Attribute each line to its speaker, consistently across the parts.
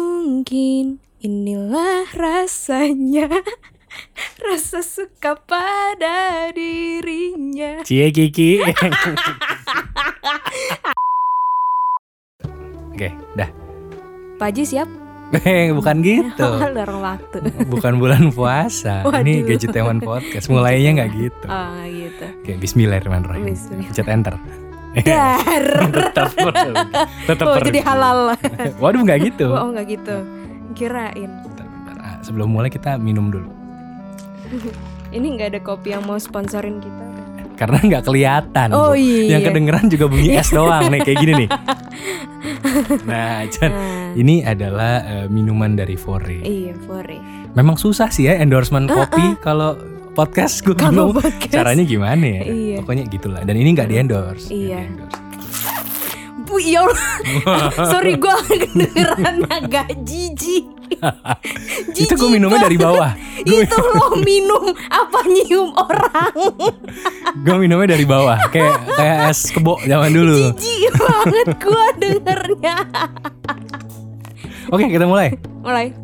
Speaker 1: Mungkin inilah rasanya Rasa suka pada dirinya
Speaker 2: Cie Kiki. Oke, dah.
Speaker 1: Pak Haji siap?
Speaker 2: Eh, Bukan gitu.
Speaker 1: Lorong waktu
Speaker 2: Bukan bulan puasa. Ini
Speaker 1: Waduh.
Speaker 2: gadget teman podcast. Mulainya nggak gitu.
Speaker 1: Oh gitu
Speaker 2: Oke, Bismillahirrahmanirrahim.
Speaker 1: Bismillah.
Speaker 2: Pencet enter.
Speaker 1: Dar
Speaker 2: tetap gitu. tetap
Speaker 1: Oh jadi halal
Speaker 2: Waduh nggak gitu.
Speaker 1: Oh nggak gitu Kirain
Speaker 2: Bentar, bentar. Ah, Sebelum mulai kita minum dulu.
Speaker 1: Ini nggak ada kopi yang mau sponsorin kita
Speaker 2: Karena nggak kelihatan.
Speaker 1: Oh
Speaker 2: Bu.
Speaker 1: iya
Speaker 2: Yang kedengeran juga bunyi es doang nih kayak gini nih. Nah, Chan,
Speaker 1: Nah,
Speaker 2: ini adalah eh, minuman dari Fore.
Speaker 1: Iya Fore
Speaker 2: Memang susah sih ya endorsement kopi kalau podcast gue
Speaker 1: Ah, Kalau
Speaker 2: bingung
Speaker 1: podcast
Speaker 2: caranya gimana ya.
Speaker 1: Iya.
Speaker 2: Pokoknya gitulah. Dan ini nggak di endorse.
Speaker 1: Iya. Bu, ya Allah. Sorry gue kedengeran agak jijik
Speaker 2: Itu gue minumnya dari bawah.
Speaker 1: Itu lo minum apa nyium orang
Speaker 2: Gue minumnya dari bawah. Kayak kayak es kebo zaman dulu.
Speaker 1: Jijik banget gue dengernya
Speaker 2: Oke kita mulai.
Speaker 1: Mulai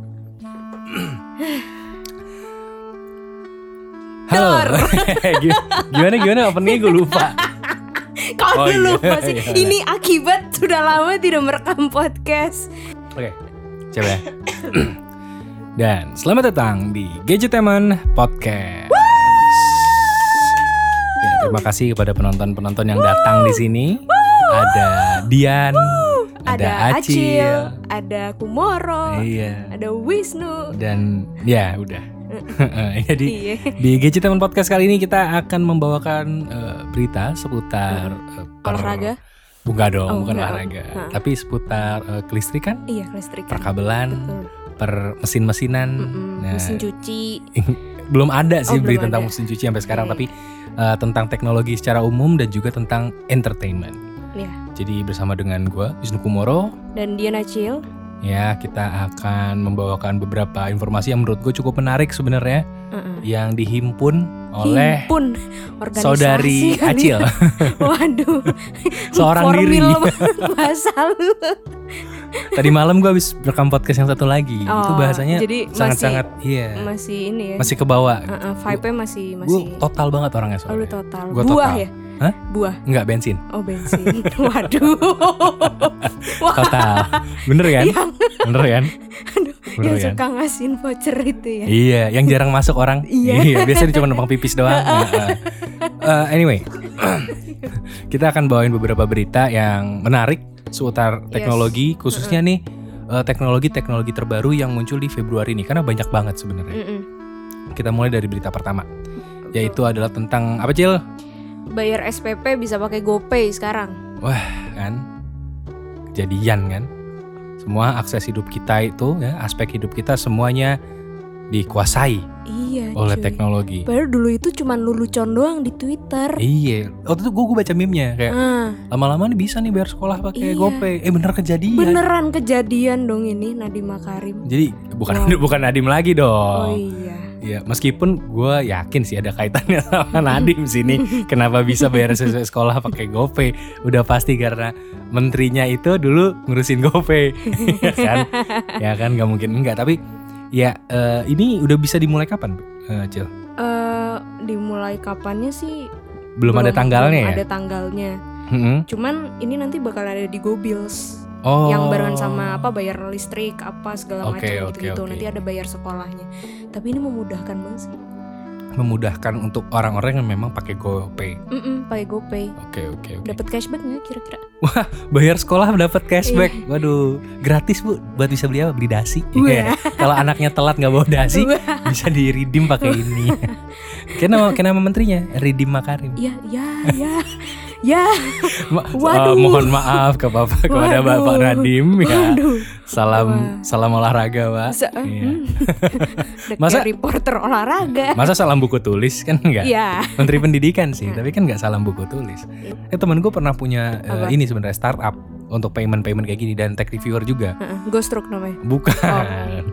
Speaker 2: Halo. Gi- gimana gimana openingnya gue lupa.
Speaker 1: Kau
Speaker 2: Oh,
Speaker 1: dulu
Speaker 2: iya,
Speaker 1: masih
Speaker 2: iya.
Speaker 1: Ini akibat sudah lama tidak merekam podcast
Speaker 2: Oke. Coba. ya. Dan selamat datang di Gadgeteman Podcast. Ya, terima kasih kepada penonton-penonton yang datang di sini. Ada Dian, ada,
Speaker 1: Ada,
Speaker 2: Acil.
Speaker 1: Acil Ada Kumoro
Speaker 2: Iya.
Speaker 1: Ada Wisnu
Speaker 2: Dan ya udah. Jadi
Speaker 1: Iya
Speaker 2: di Gadgeteman Podcast kali ini kita akan membawakan eh, berita seputar eh, per-
Speaker 1: Olahraga
Speaker 2: Bukan dong,
Speaker 1: Oh,
Speaker 2: bukan
Speaker 1: enggak.
Speaker 2: olahraga.
Speaker 1: Heeh.
Speaker 2: Tapi seputar eh, kelistrikan,
Speaker 1: Iya kelistrikan
Speaker 2: perkabelan,
Speaker 1: Betul.
Speaker 2: per mesin-mesinan.
Speaker 1: Mm-mm,
Speaker 2: Nah,
Speaker 1: Mesin cuci
Speaker 2: belum ada
Speaker 1: Oh,
Speaker 2: sih beli
Speaker 1: belum ada.
Speaker 2: tentang
Speaker 1: Iya.
Speaker 2: mesin cuci sampai sekarang
Speaker 1: Oke.
Speaker 2: tapi uh, tentang teknologi secara umum dan juga tentang entertainment.
Speaker 1: Iya.
Speaker 2: Jadi bersama dengan gua Wisnu Kumoro
Speaker 1: Dan Dian Acil
Speaker 2: ya kita akan membawakan beberapa informasi yang menurut gue cukup menarik sebenarnya
Speaker 1: Mm-mm.
Speaker 2: yang dihimpun oleh
Speaker 1: Himpun organisasi
Speaker 2: saudari
Speaker 1: kali. ya.
Speaker 2: Acil
Speaker 1: Waduh
Speaker 2: seorang diri.
Speaker 1: Formal banget bahasa lu
Speaker 2: Tadi malam gua habis rekam podcast yang satu lagi. Itu
Speaker 1: Oh,
Speaker 2: bahasanya
Speaker 1: jadi
Speaker 2: sangat-sangat iya.
Speaker 1: masih, masih ini ya
Speaker 2: Masih kebawa.
Speaker 1: Uh, uh, vibe-nya masih masih
Speaker 2: Gue total banget orangnya
Speaker 1: Oh, lu
Speaker 2: soalnya.
Speaker 1: total
Speaker 2: Gua
Speaker 1: buah
Speaker 2: total.
Speaker 1: ya
Speaker 2: Hah?
Speaker 1: buah
Speaker 2: Enggak bensin.
Speaker 1: oh bensin waduh wah Iya.
Speaker 2: Total. Bener kan?
Speaker 1: yang
Speaker 2: Bener kan? Bener
Speaker 1: yang
Speaker 2: kan?
Speaker 1: suka ya? ngasihin voucher itu ya
Speaker 2: Iya, yang jarang masuk orang.
Speaker 1: Iya.
Speaker 2: biasanya cuma numpang pipis doang. Nah, eh. Eh, anyway, kita akan bawain beberapa berita yang menarik seputar teknologi, khususnya nih eh, teknologi-teknologi terbaru yang muncul di Februari ini karena banyak banget sebenarnya.
Speaker 1: Mm-mm.
Speaker 2: Kita mulai dari berita pertama, yaitu adalah tentang apa Cil?
Speaker 1: bayar SPP bisa pakai GoPay sekarang
Speaker 2: Kan kejadian kan. Semua akses hidup kita itu ya, aspek hidup kita semuanya dikuasai
Speaker 1: iya
Speaker 2: oleh
Speaker 1: cuy.
Speaker 2: teknologi.
Speaker 1: Padahal dulu itu cuman lelucon doang di Twitter
Speaker 2: Iya, waktu itu gue baca meme-nya kayak
Speaker 1: Ah,
Speaker 2: lama-lama nih bisa nih bayar sekolah
Speaker 1: Iya.
Speaker 2: pakai GoPay. Eh bener kejadian.
Speaker 1: beneran kejadian dong ini Nadiem Makarim
Speaker 2: Jadi bukan
Speaker 1: Wow.
Speaker 2: bukan Nadim lagi
Speaker 1: oh
Speaker 2: dong.
Speaker 1: iya
Speaker 2: Iya, meskipun gue yakin sih ada kaitannya sama Nadim sini. Kenapa bisa bayar sesuai sekolah pakai GoPay? Udah pasti karena menterinya itu dulu ngurusin GoPay, ya kan? Ya kan nggak mungkin enggak. Tapi ya eh, ini udah bisa dimulai kapan, Eh, Cil?
Speaker 1: Eh, dimulai kapannya sih
Speaker 2: Belum, ada tanggalnya
Speaker 1: belum
Speaker 2: ya?
Speaker 1: ada tanggalnya
Speaker 2: Mm-mm.
Speaker 1: cuman ini nanti bakal ada di GoBills
Speaker 2: Oh.
Speaker 1: yang barengan sama apa bayar listrik apa segala
Speaker 2: Oke,
Speaker 1: macam
Speaker 2: oke,
Speaker 1: gitu,
Speaker 2: oke.
Speaker 1: nanti ada bayar sekolahnya tapi ini memudahkan banget sih
Speaker 2: memudahkan untuk orang-orang yang memang pakai GoPay.
Speaker 1: Mm-mm, pakai GoPay
Speaker 2: Oke oke oke.
Speaker 1: dapat cashback nggak kira-kira
Speaker 2: Bayar sekolah dapat cashback.
Speaker 1: Iya.
Speaker 2: Waduh, gratis bu. Buat bisa beli apa? Beli dasi.
Speaker 1: Wah.
Speaker 2: Iya. Kalau anaknya telat nggak bawa dasi,
Speaker 1: Wah.
Speaker 2: bisa di redeem pakai
Speaker 1: Iya.
Speaker 2: ini. kenapa kenapa menterinya? Redeem Makarim.
Speaker 1: ya ya ya ya
Speaker 2: Ma-
Speaker 1: Waduh.
Speaker 2: eh, mohon maaf ke bapak kepada
Speaker 1: Waduh.
Speaker 2: bapak Radim ya.
Speaker 1: waduh
Speaker 2: Salam salam olahraga pak.
Speaker 1: Se-
Speaker 2: Iya.
Speaker 1: hmm. Udah
Speaker 2: Masa-
Speaker 1: kayak reporter olahraga
Speaker 2: Masa salam buku tulis kan enggak?
Speaker 1: ya
Speaker 2: Menteri Pendidikan sih,
Speaker 1: Hmm.
Speaker 2: tapi kan nggak salam buku tulis. Eh temen gue pernah punya eh,
Speaker 1: Apa?
Speaker 2: ini sebenarnya startup untuk payment-payment kayak gini dan tech reviewer juga.
Speaker 1: Heeh, Ghostruk namanya
Speaker 2: Bukan,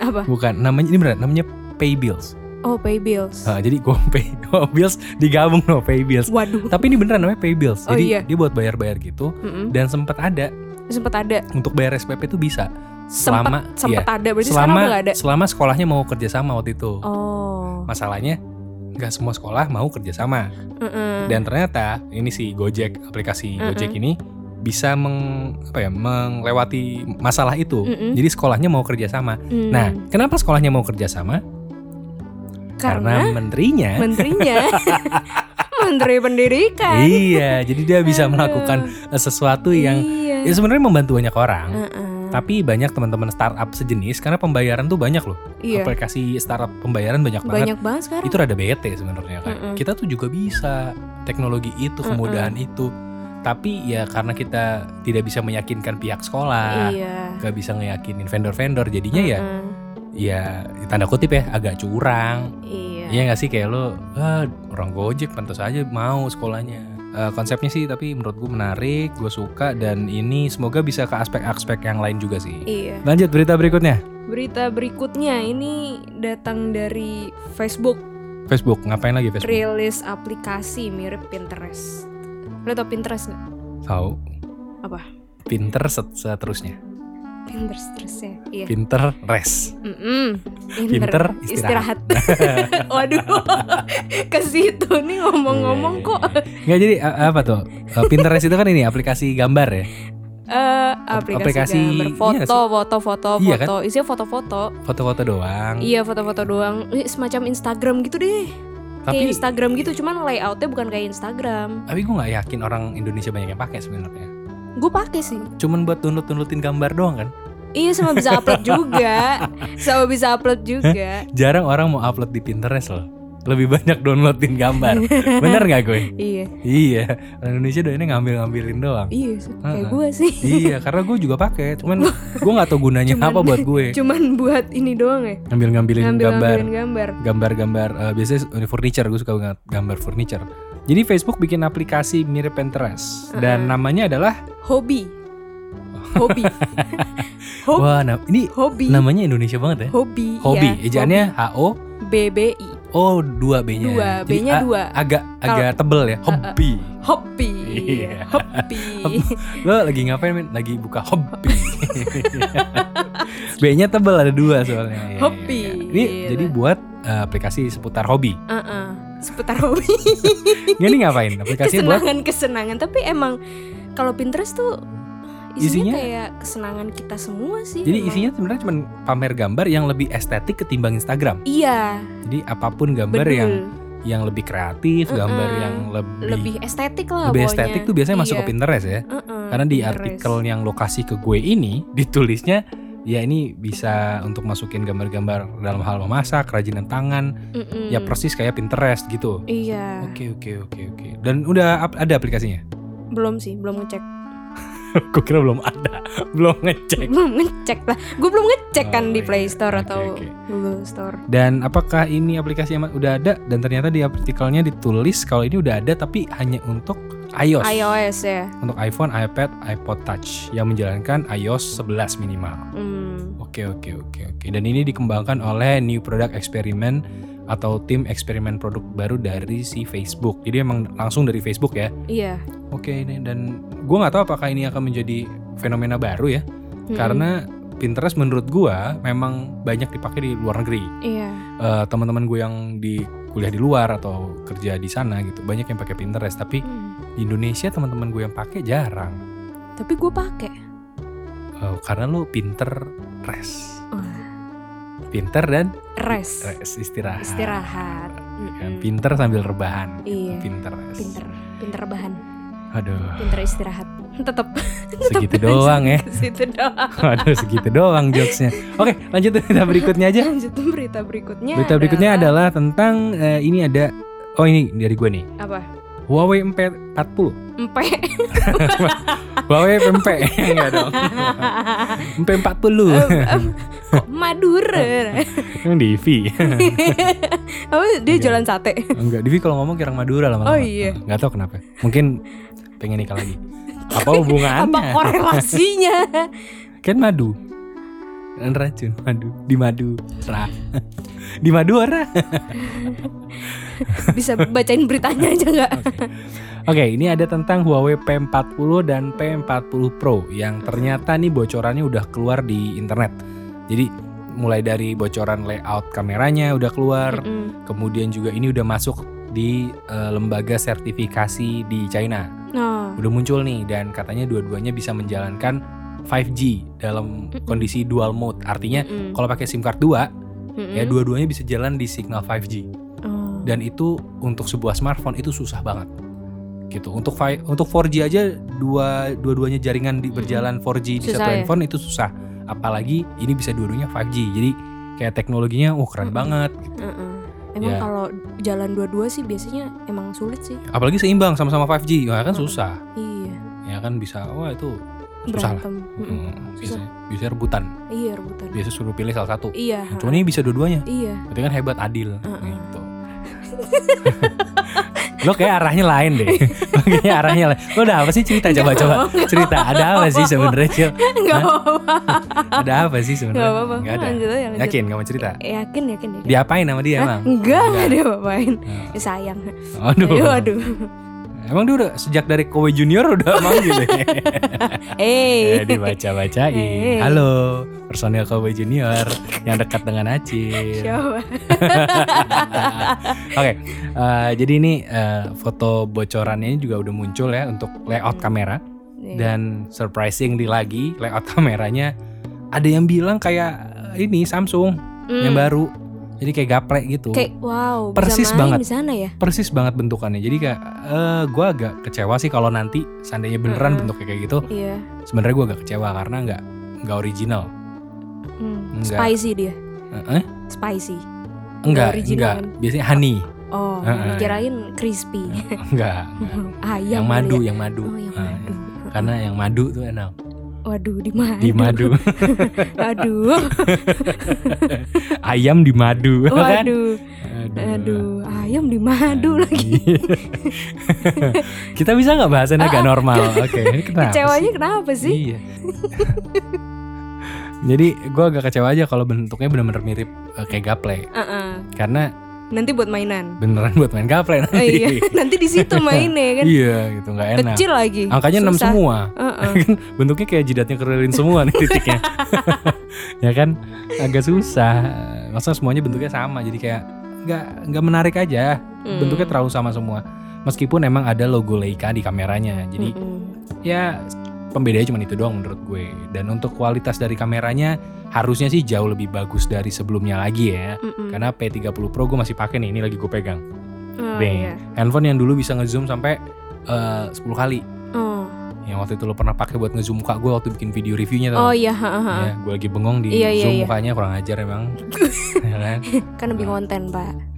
Speaker 1: oh, apa
Speaker 2: bukan. Namanya ini benar, namanya Paybills.
Speaker 1: oh pay bills
Speaker 2: Nah, jadi GoPay, GoBills digabung no Paybills.
Speaker 1: waduh
Speaker 2: Tapi ini beneran namanya
Speaker 1: Oh,
Speaker 2: Paybills. Jadi
Speaker 1: iya.
Speaker 2: dia buat bayar-bayar gitu
Speaker 1: Mm-mm.
Speaker 2: dan sempat ada
Speaker 1: sempet ada
Speaker 2: untuk bayar SPP itu bisa selama
Speaker 1: Sempet, sempet
Speaker 2: iya.
Speaker 1: ada berarti
Speaker 2: selama
Speaker 1: sekarang udah nggak ada.
Speaker 2: selama sekolahnya mau kerjasama waktu itu.
Speaker 1: Oh.
Speaker 2: Masalahnya nggak semua sekolah mau kerjasama
Speaker 1: mm-mm.
Speaker 2: dan ternyata ini si Gojek aplikasi
Speaker 1: Mm-mm.
Speaker 2: Gojek ini bisa meng apa ya melewati masalah itu.
Speaker 1: Mm-mm.
Speaker 2: Jadi sekolahnya mau kerjasama.
Speaker 1: Mm.
Speaker 2: Nah, kenapa sekolahnya mau kerjasama?
Speaker 1: karena,
Speaker 2: menterinya.
Speaker 1: menterinya menteri pendidikan.
Speaker 2: Iya, jadi dia bisa melakukan eh, sesuatu yang
Speaker 1: Hmm. Iya. Hmm.
Speaker 2: ya sebenarnya membantu banyak orang.
Speaker 1: Mm-mm.
Speaker 2: Tapi banyak teman-teman startup sejenis karena pembayaran tuh banyak loh.
Speaker 1: Iya.
Speaker 2: Aplikasi startup pembayaran banyak banget.
Speaker 1: Banyak banget sekarang.
Speaker 2: Itu rada bete sebenarnya kan.
Speaker 1: Kan Mm-mm.
Speaker 2: Kita tuh juga bisa teknologi itu, kemudahan itu. Tapi ya karena kita tidak bisa meyakinkan pihak sekolah,
Speaker 1: Iya.
Speaker 2: nggak bisa ngeyakinin vendor-vendor, jadinya ya
Speaker 1: Mm-mm.
Speaker 2: ya tanda kutip ya agak curang.
Speaker 1: Iya.
Speaker 2: Iya nggak sih kayak lo "Ah, orang Gojek pantas aja mau sekolahnya. Eh, konsepnya sih tapi menurut gue menarik, gue suka dan ini semoga bisa ke aspek-aspek yang lain juga sih.
Speaker 1: Iya.
Speaker 2: Lanjut berita berikutnya.
Speaker 1: Berita berikutnya ini datang dari Facebook
Speaker 2: Facebook ngapain lagi Facebook?
Speaker 1: rilis aplikasi mirip Pinterest. Lo tau Pinterest nggak?
Speaker 2: Tahu?
Speaker 1: Apa?
Speaker 2: Pinter set- seterusnya.
Speaker 1: Pinterest terus ya. Iya.
Speaker 2: Pinter res.
Speaker 1: Mm-mm.
Speaker 2: Pinter
Speaker 1: istirahat.
Speaker 2: istirahat.
Speaker 1: Waduh. Ke situ nih ngomong-ngomong
Speaker 2: Iya,
Speaker 1: kok
Speaker 2: iya, iya. Nggak jadi a- apa tuh? Eh, Pinterest itu kan ini aplikasi gambar ya,
Speaker 1: eh aplikasi,
Speaker 2: Aplikasi,
Speaker 1: gambar.
Speaker 2: iya
Speaker 1: foto,
Speaker 2: nggak sih?
Speaker 1: foto, foto,
Speaker 2: Iya
Speaker 1: foto. Isinya foto-foto.
Speaker 2: foto-foto doang.
Speaker 1: Iya, foto-foto doang. Eh, semacam Instagram gitu deh. kayak
Speaker 2: tapi
Speaker 1: Instagram gitu, cuman layoutnya bukan kayak Instagram.
Speaker 2: tapi gue nggak yakin orang Indonesia banyak yang pakai sebenarnya.
Speaker 1: Gue pakai sih.
Speaker 2: Cuman buat download-downloadin gambar doang kan.
Speaker 1: Iya sama bisa upload juga Sama bisa upload juga
Speaker 2: jarang orang mau upload di Pinterest loh lebih banyak downloadin gambar bener nggak gue
Speaker 1: Iya
Speaker 2: iya orang Indonesia udah ini ngambil ngambilin doang
Speaker 1: Iya sih, kayak
Speaker 2: Heeh.
Speaker 1: gue sih
Speaker 2: iya karena gue juga pakai cuman gue nggak tahu gunanya
Speaker 1: Cuman-
Speaker 2: apa buat gue
Speaker 1: Cuman buat ini doang ya
Speaker 2: ngambil ngambilin
Speaker 1: Ngambil
Speaker 2: gambar
Speaker 1: ngambilin gambar
Speaker 2: gambar-gambar eh, biasanya eh, furniture gue suka banget gambar furniture jadi Facebook bikin aplikasi mirip Pinterest dan namanya adalah
Speaker 1: Hobi Hobi Hobi
Speaker 2: wah na- ini
Speaker 1: Hobi
Speaker 2: namanya Indonesia banget ya
Speaker 1: Hobi
Speaker 2: hobi
Speaker 1: ya.
Speaker 2: ejaannya Iya, H O
Speaker 1: Hobi. BBI
Speaker 2: O dua B nya
Speaker 1: Dua B nya dua
Speaker 2: agak agak tebel ya hobi
Speaker 1: Hobi
Speaker 2: Iya.
Speaker 1: Hobi
Speaker 2: Lo lagi ngapain men? Lagi buka hobi B-nya tebel ada dua soalnya Iya, iya,
Speaker 1: Hobi.
Speaker 2: iya. Ini
Speaker 1: Gila.
Speaker 2: jadi buat eh, aplikasi seputar hobi
Speaker 1: Heeh. Seputar hobi
Speaker 2: Nggak, Ini ngapain? Aplikasi buat
Speaker 1: Kesenangan-kesenangan Tapi emang Kalau Pinterest tuh Isinya,
Speaker 2: Isinya-
Speaker 1: kayak kesenangan kita semua sih
Speaker 2: Jadi
Speaker 1: emang.
Speaker 2: isinya sebenarnya cuma pamer gambar yang lebih estetik ketimbang Instagram
Speaker 1: Iya
Speaker 2: Jadi apapun gambar
Speaker 1: Betul
Speaker 2: yang yang lebih kreatif Gambar
Speaker 1: Mm-mm.
Speaker 2: yang lebih
Speaker 1: lebih estetik lah
Speaker 2: lebih
Speaker 1: pokoknya.
Speaker 2: estetik tuh biasanya masuk ke
Speaker 1: Iya.
Speaker 2: Pinterest ya
Speaker 1: Mm-mm,
Speaker 2: Karena di
Speaker 1: Pinterest.
Speaker 2: artikel yang lokasi ke gue ini Ditulisnya Ya ini bisa untuk masukin gambar-gambar dalam hal memasak, kerajinan tangan,
Speaker 1: Mm-mm.
Speaker 2: ya persis kayak Pinterest gitu.
Speaker 1: Iya
Speaker 2: Oke oke oke oke. Dan udah ap- ada aplikasinya?
Speaker 1: Belum sih Belum ngecek
Speaker 2: Gue kira belum ada, belum ngecek.
Speaker 1: Belum ngecek lah Gue belum ngecek kan
Speaker 2: Oh,
Speaker 1: di
Speaker 2: iya.
Speaker 1: Play Store
Speaker 2: Oke,
Speaker 1: atau
Speaker 2: oke.
Speaker 1: Google Store
Speaker 2: Dan apakah ini aplikasi yang udah ada? Dan ternyata di artikelnya ditulis kalau ini udah ada tapi hanya untuk iOS,
Speaker 1: iOS ya
Speaker 2: untuk iPhone, iPad, iPod Touch yang menjalankan iOS 11 minimal.
Speaker 1: Hmm.
Speaker 2: Oke oke oke oke. Dan ini dikembangkan oleh New Product Experiment atau tim eksperimen produk baru dari si Facebook. Jadi emang langsung dari Facebook ya.
Speaker 1: Iya
Speaker 2: Oke ini dan gue nggak tahu apakah ini akan menjadi fenomena baru ya
Speaker 1: Mm-mm.
Speaker 2: karena Pinterest menurut gue memang banyak dipakai di luar negeri
Speaker 1: Iya
Speaker 2: Eh, teman-teman gue yang di kuliah di luar atau kerja di sana gitu banyak yang pakai Pinterest tapi
Speaker 1: Hmm.
Speaker 2: di Indonesia teman-teman gue yang pakai jarang
Speaker 1: Tapi gue pakai
Speaker 2: Eh, karena lu Pinterest
Speaker 1: Wah.
Speaker 2: pinter dan
Speaker 1: Rest
Speaker 2: rest istirahat
Speaker 1: Istirahat
Speaker 2: Kan,
Speaker 1: Mm-mm.
Speaker 2: pinter sambil rebahan
Speaker 1: Iya
Speaker 2: Pinterest
Speaker 1: Pinter Pinter bahan
Speaker 2: aduh
Speaker 1: Pinter istirahat Tetep tetep
Speaker 2: segitu
Speaker 1: aja
Speaker 2: doang ya
Speaker 1: ke situ doang
Speaker 2: aduh segitu doang jokesnya oke lanjut berita berikutnya aja
Speaker 1: Lanjut berita berikutnya
Speaker 2: Berita berikutnya adalah tentang eh, ini ada oh ini dari gue nih.
Speaker 1: Apa?
Speaker 2: Huawei MP40.
Speaker 1: Empe
Speaker 2: Huawei MP enggak dong. MP40
Speaker 1: Oh. Kok Madura
Speaker 2: yang Divi.
Speaker 1: Apa
Speaker 2: Iya.
Speaker 1: dia jualan sate?
Speaker 2: enggak, Divi kalau ngomong kirang Madura
Speaker 1: Oh,
Speaker 2: lama-lama.
Speaker 1: iya.
Speaker 2: Enggak tahu kenapa. Mungkin pengen nikah lagi. Apa hubungannya?
Speaker 1: Apa korelasinya?
Speaker 2: Kan madu. Dan racun madu di madu ra di madu ora
Speaker 1: Bisa bacain beritanya aja nggak?
Speaker 2: Oke, ini ada tentang Huawei P40 dan P40 Pro yang ternyata nih bocorannya udah keluar di internet. Jadi mulai dari bocoran layout kameranya udah keluar,
Speaker 1: Mm-mm.
Speaker 2: kemudian juga ini udah masuk di eh, lembaga sertifikasi di China.
Speaker 1: Nah,
Speaker 2: Udah muncul nih dan katanya dua-duanya bisa menjalankan 5G dalam
Speaker 1: Mm-mm.
Speaker 2: kondisi dual mode. Artinya
Speaker 1: mm-mm.
Speaker 2: Iya, kalau pakai SIM card 2,
Speaker 1: Mm-mm.
Speaker 2: ya dua-duanya bisa jalan di signal 5G
Speaker 1: Oh.
Speaker 2: dan itu untuk sebuah smartphone itu susah banget gitu untuk fi- untuk 4G aja dua dua-duanya jaringan di berjalan 4G
Speaker 1: Hmm.
Speaker 2: di
Speaker 1: Susah
Speaker 2: satu
Speaker 1: ya?
Speaker 2: handphone itu susah apalagi ini bisa dua-duanya 5G jadi kayak teknologinya wah keren
Speaker 1: Mm-mm.
Speaker 2: banget
Speaker 1: Mm-mm. Emang
Speaker 2: Ya.
Speaker 1: kalau jalan dua-dua sih biasanya emang sulit sih.
Speaker 2: apalagi seimbang sama-sama 5G ya
Speaker 1: Hmm.
Speaker 2: kan susah
Speaker 1: Iya.
Speaker 2: ya kan bisa wah itu susah lah
Speaker 1: Berantem. Mm-mm.
Speaker 2: Hmm,
Speaker 1: Susah.
Speaker 2: bisa bisa rebutan
Speaker 1: Iya rebutan.
Speaker 2: biasa suruh pilih salah satu
Speaker 1: Iya.
Speaker 2: Nah, cuma ini bisa dua-duanya
Speaker 1: Iya.
Speaker 2: berarti kan hebat adil
Speaker 1: Mm-mm.
Speaker 2: gitu lo kayak arahnya lain deh lo kayak arahnya lain lo udah apa sih cerita coba coba cerita ada apa sih sebenarnya Cil?
Speaker 1: Enggak apa-apa.
Speaker 2: ada apa sih
Speaker 1: Enggak
Speaker 2: sebenarnya
Speaker 1: apa-apa.
Speaker 2: Nggak ada
Speaker 1: Lanjut aja lanjut. Eh,
Speaker 2: yakin kamu cerita
Speaker 1: Yakin yakin yakin.
Speaker 2: diapain sama dia
Speaker 1: Hah?
Speaker 2: emang
Speaker 1: Enggak, enggak dia apain.
Speaker 2: Nah.
Speaker 1: Ya, sayang.
Speaker 2: aduh
Speaker 1: Waduh.
Speaker 2: emang dia udah sejak dari kowe junior udah manggil ya
Speaker 1: Eh.
Speaker 2: Ya, dibaca-bacain
Speaker 1: Hey.
Speaker 2: halo personil kowe junior yang dekat dengan Acil
Speaker 1: Coba.
Speaker 2: Ah, Oke, eh, jadi ini eh, foto bocorannya juga udah muncul ya untuk layout kamera
Speaker 1: Iya.
Speaker 2: dan surprisingly lagi layout kameranya ada yang bilang kayak eh, ini Samsung
Speaker 1: Mm.
Speaker 2: yang baru, jadi kayak gaplek gitu,
Speaker 1: Kayak wow,
Speaker 2: Persis
Speaker 1: bisa main
Speaker 2: banget.
Speaker 1: di sana ya.
Speaker 2: persis banget bentukannya. Jadi kayak eh, gua agak kecewa sih kalau nanti seandainya beneran
Speaker 1: Mm-mm.
Speaker 2: bentuknya kayak gitu,
Speaker 1: Iya.
Speaker 2: sebenarnya gua agak kecewa karena nggak nggak original,
Speaker 1: Hmm.
Speaker 2: Enggak.
Speaker 1: Spicy dia.
Speaker 2: Eh, eh?
Speaker 1: Spicy.
Speaker 2: enggak
Speaker 1: original
Speaker 2: enggak,
Speaker 1: kan?
Speaker 2: biasanya honey,
Speaker 1: Oh,
Speaker 2: Heeh.
Speaker 1: kirain crispy.
Speaker 2: enggak, enggak.
Speaker 1: Ayam
Speaker 2: ah. yang
Speaker 1: kali
Speaker 2: madu,
Speaker 1: ya.
Speaker 2: yang madu,
Speaker 1: Oh, yang
Speaker 2: Eh,
Speaker 1: madu.
Speaker 2: karena yang madu tuh enak.
Speaker 1: Waduh, di madu.
Speaker 2: di madu
Speaker 1: Aduh.
Speaker 2: ayam di madu kan Ah,
Speaker 1: Waduh. Aduh, ayam di madu lagi.
Speaker 2: kita bisa nggak bahasannya agak normal oke ini
Speaker 1: Ah,
Speaker 2: kenapa sih?
Speaker 1: Kecewanya kenapa sih?
Speaker 2: iya jadi gue agak kecewa aja kalau bentuknya bener-bener mirip eh, kayak gaple
Speaker 1: Heeh.
Speaker 2: karena
Speaker 1: Ah, Nanti buat mainan.
Speaker 2: beneran buat main gaple nanti
Speaker 1: Oh, iya, nanti di situ mainnya kan.
Speaker 2: Iya, gitu nggak enak
Speaker 1: Kecil lagi.
Speaker 2: angkanya enam
Speaker 1: Susah.
Speaker 2: semua
Speaker 1: Heeh.
Speaker 2: Kan bentuknya kayak jidatnya kerelin semua nih titiknya ya kan agak susah maksudnya semuanya bentuknya sama jadi kayak nggak nggak menarik aja
Speaker 1: Hmm.
Speaker 2: bentuknya terlalu sama semua meskipun emang ada logo Leica di kameranya jadi
Speaker 1: Mm-mm.
Speaker 2: ya pembedanya cuma itu doang menurut gue dan untuk kualitas dari kameranya harusnya sih jauh lebih bagus dari sebelumnya lagi ya
Speaker 1: Mm-mm.
Speaker 2: karena P30 Pro gue masih pakai nih ini lagi gue pegang
Speaker 1: Oh,
Speaker 2: Bang.
Speaker 1: iya.
Speaker 2: handphone yang dulu bisa ngezoom sampai eh, 10 kali
Speaker 1: Oh.
Speaker 2: yang waktu itu lo pernah pakai buat ngezoom muka gue waktu bikin video reviewnya
Speaker 1: Oh
Speaker 2: tau
Speaker 1: iya, ha, ha, ha.
Speaker 2: ya, gue lagi bengong di
Speaker 1: Iya, iya, iya.
Speaker 2: zoom mukanya kurang ajar emang ya kan?
Speaker 1: kan lebih konten pak.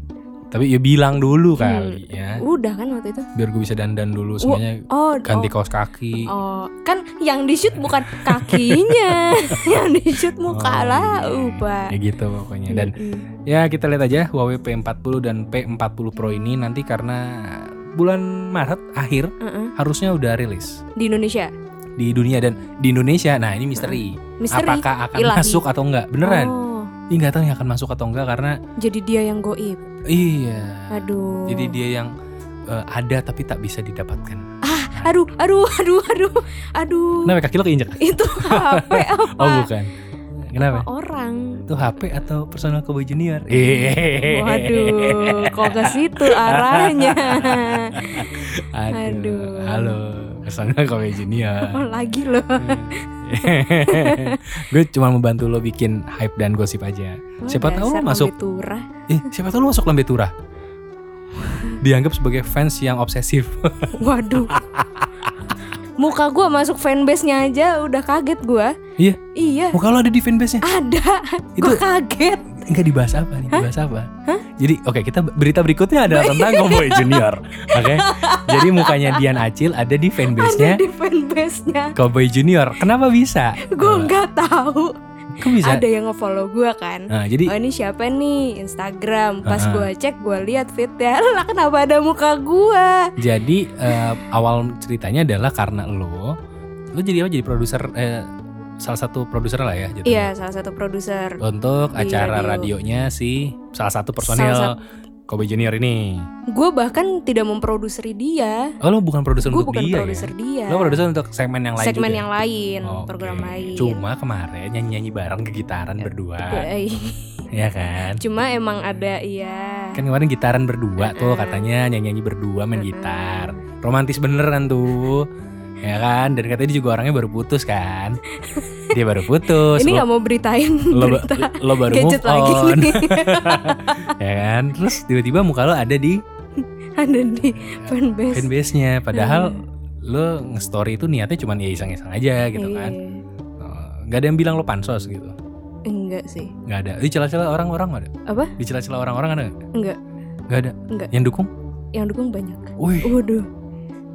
Speaker 2: tapi ya bilang
Speaker 1: Hmm.
Speaker 2: dulu kali ya
Speaker 1: Udah kan waktu itu.
Speaker 2: biar gue bisa dandan dulu semuanya
Speaker 1: Oh,
Speaker 2: ganti
Speaker 1: oh,
Speaker 2: kaos kaki
Speaker 1: oh. kan yang di shoot bukan kakinya, yang di shoot muka
Speaker 2: Oh,
Speaker 1: lah, Iya.
Speaker 2: iya.
Speaker 1: uh, pak.
Speaker 2: ya gitu pokoknya dan
Speaker 1: Mm-mm.
Speaker 2: ya kita lihat aja Huawei P40 dan P40 Pro ini nanti karena bulan Maret akhir
Speaker 1: Mm-mm.
Speaker 2: harusnya udah rilis
Speaker 1: Uh-uh, di Indonesia,
Speaker 2: di dunia dan di Indonesia nah ini misteri,
Speaker 1: misteri.
Speaker 2: apakah akan
Speaker 1: ilahi.
Speaker 2: masuk atau enggak beneran
Speaker 1: Oh,
Speaker 2: Ih, nggak tahu nih akan masuk atau enggak karena
Speaker 1: jadi dia yang goib.
Speaker 2: iya
Speaker 1: Aduh.
Speaker 2: jadi dia yang eh, ada tapi tak bisa didapatkan
Speaker 1: Aduh, aduh, aduh, aduh, aduh.
Speaker 2: kenapa kaki lo keinjek
Speaker 1: Itu HP apa?
Speaker 2: oh bukan kenapa
Speaker 1: Apa Orang.
Speaker 2: itu HP atau personal cowboy junior
Speaker 1: Waduh, kok ke situ arahnya.
Speaker 2: Aduh.
Speaker 1: Aduh.
Speaker 2: Halo, personal Kobe Junior.
Speaker 1: Oh, lagi loh.
Speaker 2: gue cuma membantu lo bikin hype dan gosip aja. Siapa
Speaker 1: Dasar
Speaker 2: tahu lo masuk.
Speaker 1: Mampi Turah.
Speaker 2: Eh, siapa tahu lo masuk Lambe Turah. Dianggap sebagai fans yang obsesif.
Speaker 1: Waduh. Muka gua masuk fanbase-nya aja udah kaget gua.
Speaker 2: Iya.
Speaker 1: Iya,
Speaker 2: Muka lo ada di fanbase-nya.
Speaker 1: ada. Gua
Speaker 2: Itu-
Speaker 1: kaget.
Speaker 2: Enggak dibahas apa nih? Dibahas apa? Jadi, oke, kita berita berikutnya adalah tentang Cowboy Junior. Oke. Jadi mukanya Dian Acil ada di
Speaker 1: Ada
Speaker 2: fanbase-nya
Speaker 1: di fanbase-nya.
Speaker 2: Cowboy Junior. Kenapa bisa? Eh,
Speaker 1: Gua nggak tahu.
Speaker 2: Kok bisa?
Speaker 1: Ada yang nge-follow gua kan.
Speaker 2: Nah, jadi
Speaker 1: Oh ini siapa nih Instagram Pas
Speaker 2: Ah.
Speaker 1: gua cek gua lihat fitnya Lah kenapa ada muka gua
Speaker 2: Jadi eh, awal ceritanya adalah karena lo, lo jadi apa? Jadi produser eh, salah satu produser lah ya jatuhnya.
Speaker 1: Iya, salah satu produser.
Speaker 2: Untuk
Speaker 1: Di
Speaker 2: acara
Speaker 1: radio.
Speaker 2: radionya si salah satu personil
Speaker 1: Salah
Speaker 2: Kobe Junior ini.
Speaker 1: Gue bahkan tidak memproduseri dia.
Speaker 2: Oh lo bukan produser
Speaker 1: Gue
Speaker 2: untuk
Speaker 1: bukan
Speaker 2: dia
Speaker 1: produser
Speaker 2: ya?
Speaker 1: dia.
Speaker 2: Lo produser untuk segmen yang lain
Speaker 1: Segmen
Speaker 2: juga? ya? Oh,
Speaker 1: yang lain,
Speaker 2: Oke.
Speaker 1: program lain.
Speaker 2: Cuma kemarin nyanyi-nyanyi bareng kegitaran berdua,
Speaker 1: Iya,
Speaker 2: ya kan?
Speaker 1: Cuma emang ada iya.
Speaker 2: Kan kemarin gitaran berdua tuh
Speaker 1: Mm-mm.
Speaker 2: katanya nyanyi-nyanyi berdua main gitar. Romantis beneran tuh. Ya kan? Dan katanya dia juga orangnya baru putus kan? Dia baru putus.
Speaker 1: Ini
Speaker 2: lo-
Speaker 1: nggak mau beritain
Speaker 2: lo, ba-
Speaker 1: berita
Speaker 2: lo baru
Speaker 1: gadget
Speaker 2: move
Speaker 1: lagi
Speaker 2: on.
Speaker 1: nih.
Speaker 2: ya kan? Terus tiba-tiba muka lo ada di
Speaker 1: ada di fanbase.
Speaker 2: fanbase-nya padahal
Speaker 1: Mm.
Speaker 2: lo nge-story itu niatnya cuma ya iseng-iseng aja gitu kan.
Speaker 1: Iya.
Speaker 2: Gak ada yang bilang lo pansos gitu.
Speaker 1: Enggak sih.
Speaker 2: Gak ada. Di celah-celah orang-orang gak ada.
Speaker 1: Apa?
Speaker 2: Di celah-celah orang-orang ada gak?
Speaker 1: Enggak.
Speaker 2: Gak ada.
Speaker 1: Enggak.
Speaker 2: Yang dukung?
Speaker 1: Yang dukung banyak.
Speaker 2: Wih,
Speaker 1: Waduh.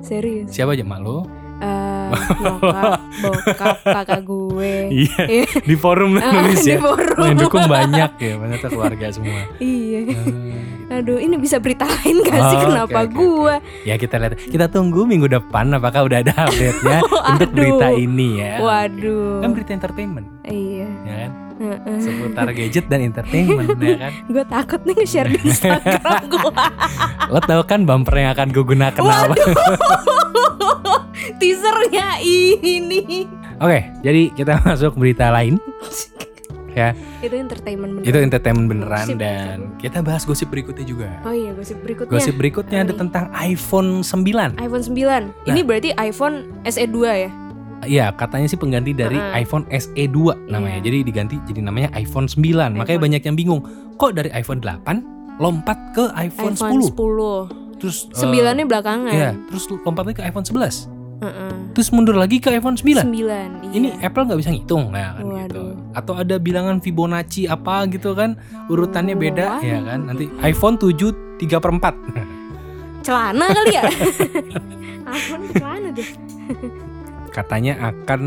Speaker 1: Serius.
Speaker 2: siapa aja mak lo?
Speaker 1: Eh, nyokap, bokap, kakak gue. Ah,
Speaker 2: Iya. di forum lo nulis
Speaker 1: di
Speaker 2: ya.
Speaker 1: forum.
Speaker 2: Lo yang dukung banyak ya, ternyata keluarga semua.
Speaker 1: Iya.
Speaker 2: Hmm.
Speaker 1: Aduh, ini bisa beritain gak sih
Speaker 2: Oh,
Speaker 1: kenapa
Speaker 2: oke, oke,
Speaker 1: gue?
Speaker 2: Ya kita lihat, kita tunggu minggu depan apakah udah ada update-nya untuk
Speaker 1: Aduh.
Speaker 2: berita ini ya.
Speaker 1: Waduh.
Speaker 2: Kan berita entertainment,
Speaker 1: Iya.
Speaker 2: ya kan?
Speaker 1: Heeh.
Speaker 2: Seputar gadget dan entertainment, ya kan?
Speaker 1: Gue takut nih nge-share di Instagram gue.
Speaker 2: Lo tau kan bumper yang akan gue gunakan apa? Oke,
Speaker 1: Teasernya ini.
Speaker 2: jadi kita masuk berita lain. Ya,
Speaker 1: Itu entertainment
Speaker 2: itu
Speaker 1: beneran.
Speaker 2: entertainment beneran
Speaker 1: Gosip.
Speaker 2: dan kita bahas gosip berikutnya juga.
Speaker 1: Oh iya, gosip berikutnya.
Speaker 2: Gosip berikutnya ada
Speaker 1: Apa nih?
Speaker 2: tentang iPhone 9.
Speaker 1: iPhone 9.
Speaker 2: Nah.
Speaker 1: Ini berarti iPhone SE 2 ya?
Speaker 2: Iya, katanya sih pengganti dari
Speaker 1: Heeh.
Speaker 2: iPhone SE 2 namanya.
Speaker 1: Iya.
Speaker 2: Jadi diganti jadi namanya iPhone 9. Makanya
Speaker 1: iPhone.
Speaker 2: banyak yang bingung, kok dari iPhone 8 lompat ke iPhone,
Speaker 1: iPhone
Speaker 2: 10? Terus
Speaker 1: 10.
Speaker 2: eh,
Speaker 1: 9-nya belakangan.
Speaker 2: Iya, terus lompatnya ke iPhone 11.
Speaker 1: Heeh.
Speaker 2: Terus mundur lagi ke iPhone 9.
Speaker 1: 9.
Speaker 2: ini
Speaker 1: iya.
Speaker 2: Apple nggak bisa ngitung ya kan gitu
Speaker 1: Waduh.
Speaker 2: atau ada bilangan Fibonacci apa gitu kan urutannya
Speaker 1: Wah.
Speaker 2: beda ya kan nanti iPhone 7 3 per 4
Speaker 1: celana kali ya? iPhone ke celana tuh.
Speaker 2: Iya. katanya akan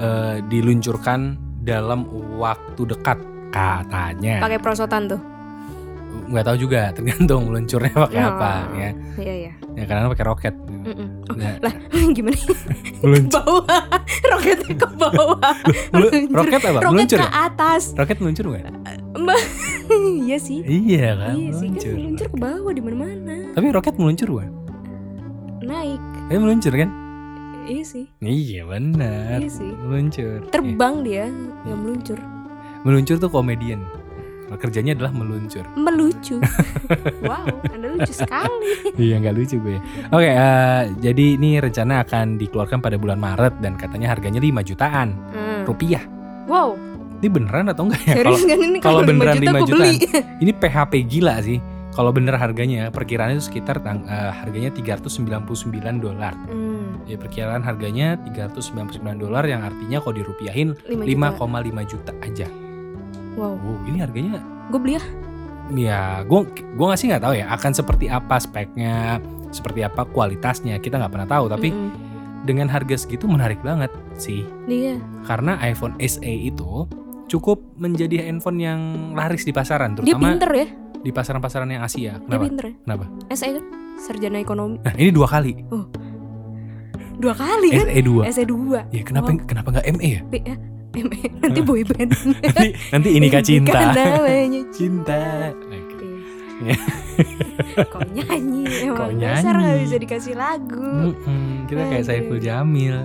Speaker 2: eh, diluncurkan dalam waktu dekat katanya
Speaker 1: Pakai prosotan tuh.
Speaker 2: nggak tahu juga tergantung luncurnya pakai
Speaker 1: Oh.
Speaker 2: apa ya
Speaker 1: Iya, iya.
Speaker 2: ya karena pakai roket
Speaker 1: Mm-mm.
Speaker 2: Nah,
Speaker 1: Oh, Lah, gimana?
Speaker 2: meluncur-
Speaker 1: bawah roketnya ke bawah
Speaker 2: lu-
Speaker 1: Meluncur.
Speaker 2: roket apa
Speaker 1: roket
Speaker 2: meluncur
Speaker 1: ke
Speaker 2: ya?
Speaker 1: atas
Speaker 2: roket meluncur nggak
Speaker 1: Mbak, iya sih
Speaker 2: iya kan
Speaker 1: iya sih kan
Speaker 2: meluncur
Speaker 1: meluncur ke bawah di mana-mana
Speaker 2: tapi roket meluncur kan
Speaker 1: naik
Speaker 2: tapi meluncur kan
Speaker 1: iya sih
Speaker 2: iya benar
Speaker 1: Iya sih.
Speaker 2: meluncur Iya.
Speaker 1: terbang dia nggak meluncur
Speaker 2: Meluncur tuh komedian. Kerjanya adalah meluncur.
Speaker 1: melucu wow anda lucu sekali
Speaker 2: iya nggak lucu gue. Oke, eh, jadi ini rencana akan dikeluarkan pada bulan Maret dan katanya harganya 5 jutaan
Speaker 1: Hmm.
Speaker 2: rupiah.
Speaker 1: wow
Speaker 2: Ini beneran atau enggak ya?
Speaker 1: serius
Speaker 2: Kalau
Speaker 1: kan ini
Speaker 2: kalau
Speaker 1: kalau lima
Speaker 2: beneran
Speaker 1: juta
Speaker 2: lima
Speaker 1: gue beli
Speaker 2: ini PHP gila sih. Kalau bener harganya, perkiraannya itu sekitar tang- eh, harganya 399 dolar.
Speaker 1: Hmm,
Speaker 2: Ya, perkiraan harganya 399 dolar yang artinya kalau dirupiahin
Speaker 1: lima juta.
Speaker 2: 5,5 juta aja.
Speaker 1: wow
Speaker 2: Wow, ini harganya
Speaker 1: gue beli ya
Speaker 2: ya gue gua nggak sih nggak tahu ya akan seperti apa speknya seperti apa kualitasnya kita nggak pernah tahu tapi
Speaker 1: Mm-mm.
Speaker 2: dengan harga segitu menarik banget sih
Speaker 1: Iya. dia
Speaker 2: karena iPhone SE itu cukup menjadi handphone yang laris di pasaran
Speaker 1: dia
Speaker 2: terutama
Speaker 1: pinter ya
Speaker 2: di pasaran-pasaran yang
Speaker 1: dia
Speaker 2: Asia kenapa
Speaker 1: pinter ya
Speaker 2: Kenapa?
Speaker 1: SE kan sarjana ekonomi
Speaker 2: nah, ini dua kali E
Speaker 1: dua kali kan
Speaker 2: SE 2
Speaker 1: SE dua
Speaker 2: ya kenapa
Speaker 1: Oh.
Speaker 2: kenapa nggak ME ya
Speaker 1: P- eh, M- nanti boyband
Speaker 2: nanti nanti Hmm. ini
Speaker 1: Kan
Speaker 2: kak cinta
Speaker 1: namanya Iya.
Speaker 2: cinta Oke.
Speaker 1: Kok nyanyi Emang
Speaker 2: Kok
Speaker 1: dasar
Speaker 2: nyanyi? Hmm.
Speaker 1: gak bisa dikasih lagu
Speaker 2: Mm-mm, kita kayak
Speaker 1: Aduh.
Speaker 2: Saiful Jamil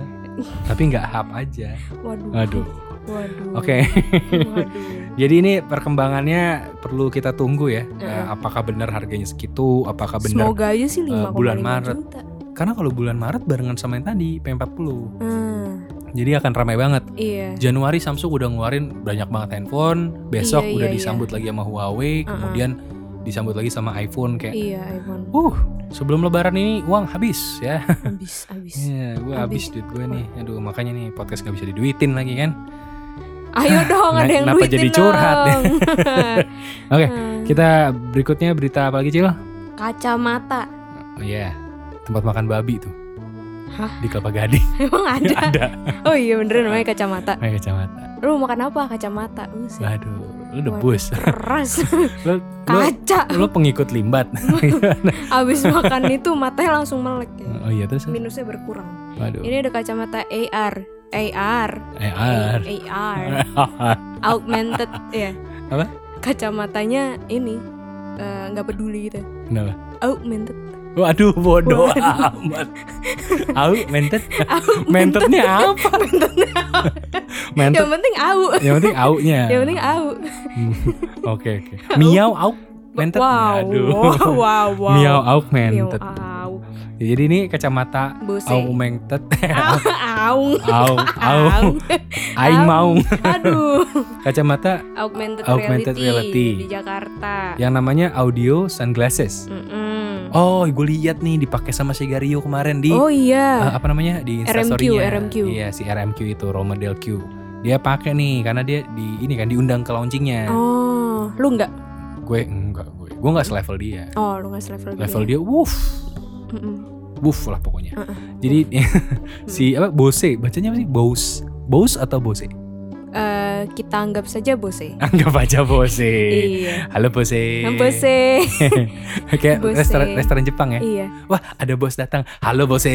Speaker 2: tapi nggak hap aja
Speaker 1: Waduh
Speaker 2: aduh
Speaker 1: Waduh
Speaker 2: oke
Speaker 1: Waduh
Speaker 2: Jadi ini perkembangannya perlu kita tunggu ya.
Speaker 1: Mm.
Speaker 2: Eh, apakah benar harganya segitu? Apakah benar?
Speaker 1: Semoga aja sih 5,5
Speaker 2: Ah, Eh, bulan Maret.
Speaker 1: juta
Speaker 2: Karena kalau bulan Maret barengan sama yang tadi P40.
Speaker 1: Hmm,
Speaker 2: Jadi akan ramai banget.
Speaker 1: Iya
Speaker 2: Januari Samsung udah ngeluarin banyak banget handphone. Besok
Speaker 1: Iya,
Speaker 2: udah
Speaker 1: iya,
Speaker 2: disambut lagi sama Huawei, kemudian disambut lagi sama iPhone kayak
Speaker 1: Iya iPhone
Speaker 2: Uh, sebelum lebaran ini uang habis ya.
Speaker 1: Abis Abis
Speaker 2: Iya, gue habis
Speaker 1: Habis.
Speaker 2: duit gue nih. Aduh, makanya nih podcast gak bisa diduitin lagi kan.
Speaker 1: Ayo dong
Speaker 2: Nah,
Speaker 1: ada yang
Speaker 2: kenapa
Speaker 1: duitin
Speaker 2: jadi curhat? ya?
Speaker 1: dong.
Speaker 2: Oke,
Speaker 1: Hmm,
Speaker 2: kita berikutnya berita apa lagi, Cil?
Speaker 1: Oh, Kacamata
Speaker 2: Oh iya, tempat makan babi tuh.
Speaker 1: Hah?
Speaker 2: Di Kelapa Gading
Speaker 1: Emang ada?
Speaker 2: ada.
Speaker 1: Oh iya beneran namanya kacamata
Speaker 2: Pakai kacamata.
Speaker 1: Lu makan apa kacamata? Buset,
Speaker 2: Waduh, lu debus.
Speaker 1: Keras
Speaker 2: Lu, lu,
Speaker 1: Kaca
Speaker 2: lu pengikut limbat.
Speaker 1: Abis makan itu matanya langsung melek ya.
Speaker 2: oh iya terus.
Speaker 1: Minusnya berkurang
Speaker 2: Waduh. Eh,
Speaker 1: Ini ada kacamata AR, AR
Speaker 2: AR.
Speaker 1: AR augmented ya
Speaker 2: Apa?
Speaker 1: kacamatanya ini eh, nggak peduli gitu
Speaker 2: Kenapa?
Speaker 1: augmented
Speaker 2: Waduh bodoh amat. Au mentet. Mentetnya apa? Mentet. Ya.
Speaker 1: yang penting au
Speaker 2: Yang penting aunya.
Speaker 1: yang penting au
Speaker 2: Hmm, Oke oke. Miau au mentet. Ya,
Speaker 1: wow,
Speaker 2: Aduh.
Speaker 1: wow wow wow
Speaker 2: Miau au
Speaker 1: Miau,
Speaker 2: mentet.
Speaker 1: au
Speaker 2: Ya, jadi ini kacamata
Speaker 1: Bose.
Speaker 2: au mentet.
Speaker 1: au aung
Speaker 2: Au au.
Speaker 1: Aung.
Speaker 2: Aing mau
Speaker 1: aduh
Speaker 2: kacamata
Speaker 1: augmented,
Speaker 2: Augmented
Speaker 1: reality,
Speaker 2: reality.
Speaker 1: di Jakarta
Speaker 2: yang namanya audio sunglasses.
Speaker 1: Mm-mm.
Speaker 2: Oh, gue lihat nih dipakai sama Sigario kemarin di
Speaker 1: oh
Speaker 2: eh,
Speaker 1: iya
Speaker 2: apa namanya
Speaker 1: RMQ,
Speaker 2: di instastorynya
Speaker 1: RMQ.
Speaker 2: Iya si RMQ itu Roma Del Q. Dia pakai nih karena dia di ini kan diundang ke launchingnya.
Speaker 1: oh lu nggak
Speaker 2: Gue enggak gue. Gue enggak selevel dia.
Speaker 1: oh lu nggak selevel
Speaker 2: Level dia wuff,
Speaker 1: Mm-mm.
Speaker 2: wuff lah pokoknya. Jadi si apa Bose bacanya apa sih? Bose. Bose atau Bose?
Speaker 1: Eh, kita anggap saja bose
Speaker 2: Anggap aja Bose.
Speaker 1: iya
Speaker 2: Halo Bose.
Speaker 1: Nah, bose
Speaker 2: Kayak
Speaker 1: Bose.
Speaker 2: restoran restoran Jepang ya.
Speaker 1: iya
Speaker 2: Wah, ada bos datang. Halo Bose.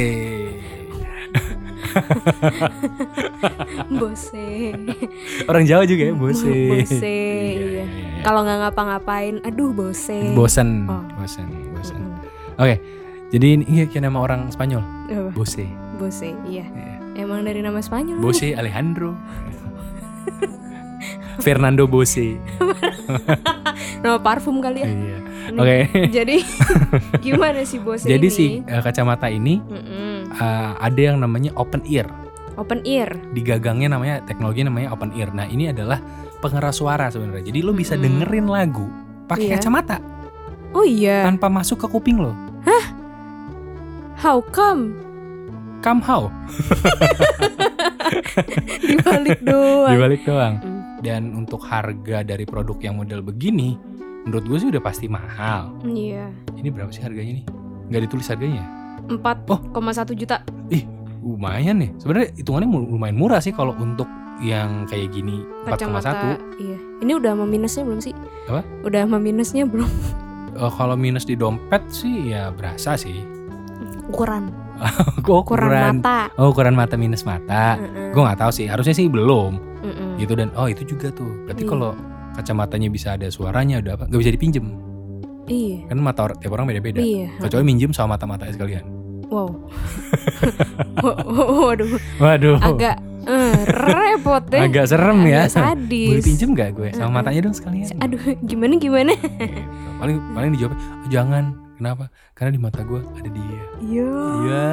Speaker 1: bose
Speaker 2: Orang Jawa juga ya, Bose.
Speaker 1: bose
Speaker 2: Iya,
Speaker 1: iya
Speaker 2: iya, iya.
Speaker 1: kalau nggak ngapa-ngapain aduh bose
Speaker 2: bosen,
Speaker 1: Oh.
Speaker 2: bosen, bosen.
Speaker 1: Mm-mm.
Speaker 2: Oke, jadi ini iya kayak nama orang Spanyol,
Speaker 1: Apa?
Speaker 2: Bose.
Speaker 1: bose iya
Speaker 2: Iya.
Speaker 1: emang dari nama Spanyol
Speaker 2: Bose Alejandro. Fernando Bose.
Speaker 1: nama parfum kali ya
Speaker 2: Iya.
Speaker 1: Ini.
Speaker 2: Oke.
Speaker 1: jadi gimana sih bose
Speaker 2: Jadi
Speaker 1: ini?
Speaker 2: si eh, kacamata ini
Speaker 1: Mm-mm.
Speaker 2: eh, ada yang namanya open ear.
Speaker 1: open ear
Speaker 2: Di gagangnya namanya teknologi namanya open ear. Nah, ini adalah pengeras suara sebenarnya. Jadi lo bisa
Speaker 1: Mm-mm.
Speaker 2: dengerin lagu pakai
Speaker 1: Hmm. Iya.
Speaker 2: kacamata
Speaker 1: oh iya
Speaker 2: tanpa masuk ke kuping lo.
Speaker 1: how come
Speaker 2: Come how?
Speaker 1: dibalik doang
Speaker 2: dibalik doang.
Speaker 1: Mm.
Speaker 2: Dan untuk harga dari produk yang model begini, menurut gue sih udah pasti mahal.
Speaker 1: iya
Speaker 2: Ini berapa sih harganya nih? Nggak ditulis harganya? ya?
Speaker 1: 4,1 juta
Speaker 2: Lumayan ya. Sebenarnya hitungannya mul- lumayan murah sih kalau untuk yang kayak gini 4,1.
Speaker 1: kacamata iya ini udah sama minusnya belum sih
Speaker 2: Apa?
Speaker 1: udah sama minusnya belum
Speaker 2: Eh, kalau minus di dompet sih ya berasa sih.
Speaker 1: ukuran
Speaker 2: Oh,
Speaker 1: ukuran mata
Speaker 2: Oh, ukuran mata minus mata.
Speaker 1: Mm-mm.
Speaker 2: Gue nggak tahu sih. Harusnya sih belum.
Speaker 1: Mm-mm.
Speaker 2: Gitu dan oh itu juga tuh. Berarti
Speaker 1: Iya.
Speaker 2: kalau kacamatanya bisa ada suaranya, udah apa? Gak bisa dipinjem.
Speaker 1: iya
Speaker 2: Kan mata orang tiap orang beda-beda.
Speaker 1: iya
Speaker 2: Kecuali minjem sama mata-mata sekalian.
Speaker 1: wow waduh
Speaker 2: Waduh.
Speaker 1: agak eh, repot deh
Speaker 2: Oh. Agak serem ya.
Speaker 1: Agak sadis
Speaker 2: Boleh pinjem gak gue?
Speaker 1: Mm-mm.
Speaker 2: Sama matanya dong sekalian.
Speaker 1: aduh gimana gimana
Speaker 2: Gitu. Paling paling dijawabnya "Oh, jangan. Kenapa? Karena di mata gue ada dia.
Speaker 1: iya
Speaker 2: Iya.